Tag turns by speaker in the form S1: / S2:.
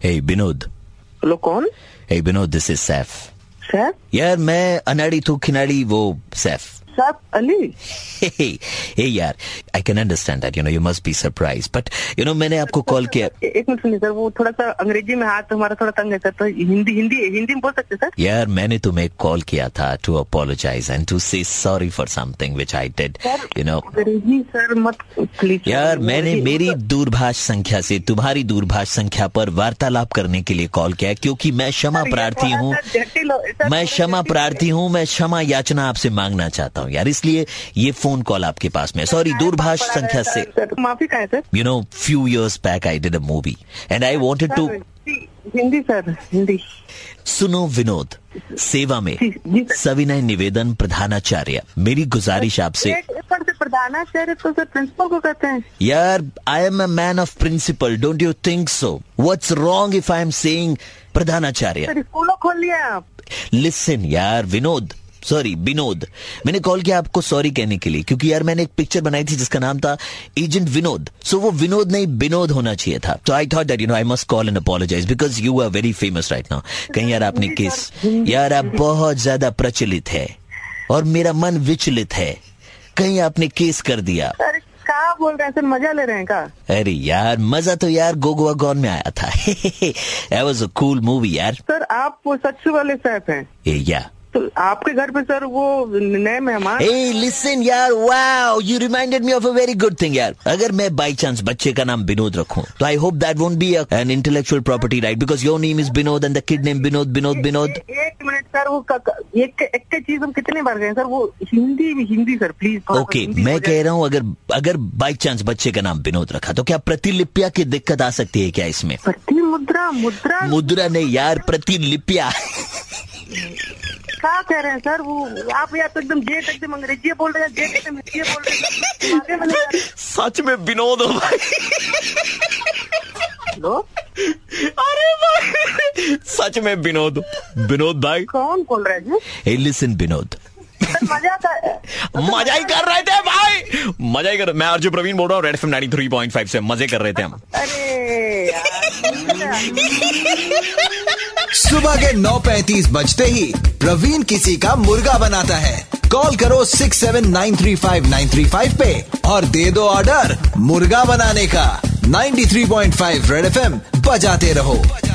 S1: Hey, Binod.
S2: Hello कौन
S1: Hey, Binod, this is Saif.
S2: Saif
S1: यार मैं अनाड़ी तू खिनाड़ी वो Saif.
S2: Saif Ali
S1: Hey, hey यार, I can understand that. You know, you must be surprised. But, you know, मैंने आपको कॉल किया.
S2: ए- एक मिनट सुनिए सर वो थोड़ा सा अंग्रेजी में हाथ हमारा थोड़ा तंग है सर तो हिंदी हिंदी हिंदी में बोल सकते हैं सर
S1: यार मैंने तुम्हें कॉल किया था to apologize and to say sorry for something which I did. You know,
S2: अंग्रेजी सर मत तो प्लीज
S1: यार मैंने मेरी दूरभाष संख्या से तुम्हारी दूरभाष संख्या पर वार्तालाप करने के लिए कॉल किया है, क्योंकि मैं क्षमा प्रार्थी हूँ मैं क्षमा प्रार्थी हूँ मैं क्षमा याचना आपसे मांगना चाहता हूँ यार इसलिए ये फोन कॉल आपके पास में है। सॉरी दूरभाष संख्या से
S2: सर माफी का है sir
S1: you know few years back I did a movie and I wanted to
S2: Hindi- Hindi sir Hindi
S1: सुनो विनोद सेवा में
S2: जी, जी, सर।
S1: सविनय निवेदन प्रधानाचार्य मेरी गुजारिश आपसे
S2: एक- एक सर से प्रधानाचार्य तो सर प्रिंसिपल को कहते हैं
S1: यार I am a man of principle don't you think so what's wrong if I am saying प्रधानाचार्य
S2: सर स्कूलों खोल लिया आप
S1: लिसन यार विनोद सॉरी विनोद मैंने कॉल किया आपको सॉरी कहने के लिए क्योंकि यार मैंने एक पिक्चर बनाई थी जिसका नाम था एजेंट विनोद सो वो विनोद नहीं विनोद होना चाहिए था तो I thought that you know I must call and apologise because you are very famous right now कहीं यार आपने किस यार आप बहुत ज्यादा प्रचलित है और मेरा मन विचलित है कहीं आपने केस कर दिया
S2: सर क्या बोल रहे हैं सर मजा ले रहे हैं का
S1: अरे यार मजा तो यार गोगोआ गॉन में आया था that was a cool movie यार
S2: सर आप वो सच्चू वाले सैफ हैं
S1: या
S2: तो आपके घर पे सर वो नए मेहमान
S1: Hey, listen यार wow you reminded me of a very good thing यार अगर मैं by chance बच्चे का नाम विनोद रखूं तो I hope that won't be a, an intellectual property right because your name is Binod and the kid name Binod Binod Binod
S2: ए- एक मिनट सर वो क- क- एक एक चीज हम कितने बार गए सर वो हिंदी हिंदी सर प्लीज थोड़ा सा
S1: ओके
S2: हिंदी
S1: मैं
S2: हो
S1: कह रहा हूँ अगर अगर बाई चांस बच्चे का नाम विनोद रखा तो क्या प्रतिलिपिया की दिक्कत आ सकती है क्या इसमें
S2: जाए। प्रति मुद्रा मुद्रा
S1: मुद्रा ने यार प्रतिलिपिया
S2: क्या कह रहे हैं सर वो आप या तो एकदम जेट एकदम अंग्रेजी बोल रहे हैं जेट एकदम हिंदी बोल रहे हैं आगे में ले जा रहे हैं।
S1: सच में विनोद हो भाई
S2: हेलो
S1: अरे भाई सच में विनोद विनोद भाई
S2: कौन बोल रहे हैं
S1: hey listen Vinod
S2: ji sir मजा आता है
S1: मजा ही कर रहे थे भाई मजा ही कर मैं आरजू प्रवीण बोल रहा हूँ रेड एफएम 93.5 से मजे कर रहे थे हम
S2: अरे यार
S3: सुबह के 9:35 बजते ही प्रवीण किसी का मुर्गा बनाता है कॉल करो 6793595 पे और दे दो ऑर्डर मुर्गा बनाने का 93.5 रेड एफएम बजाते रहो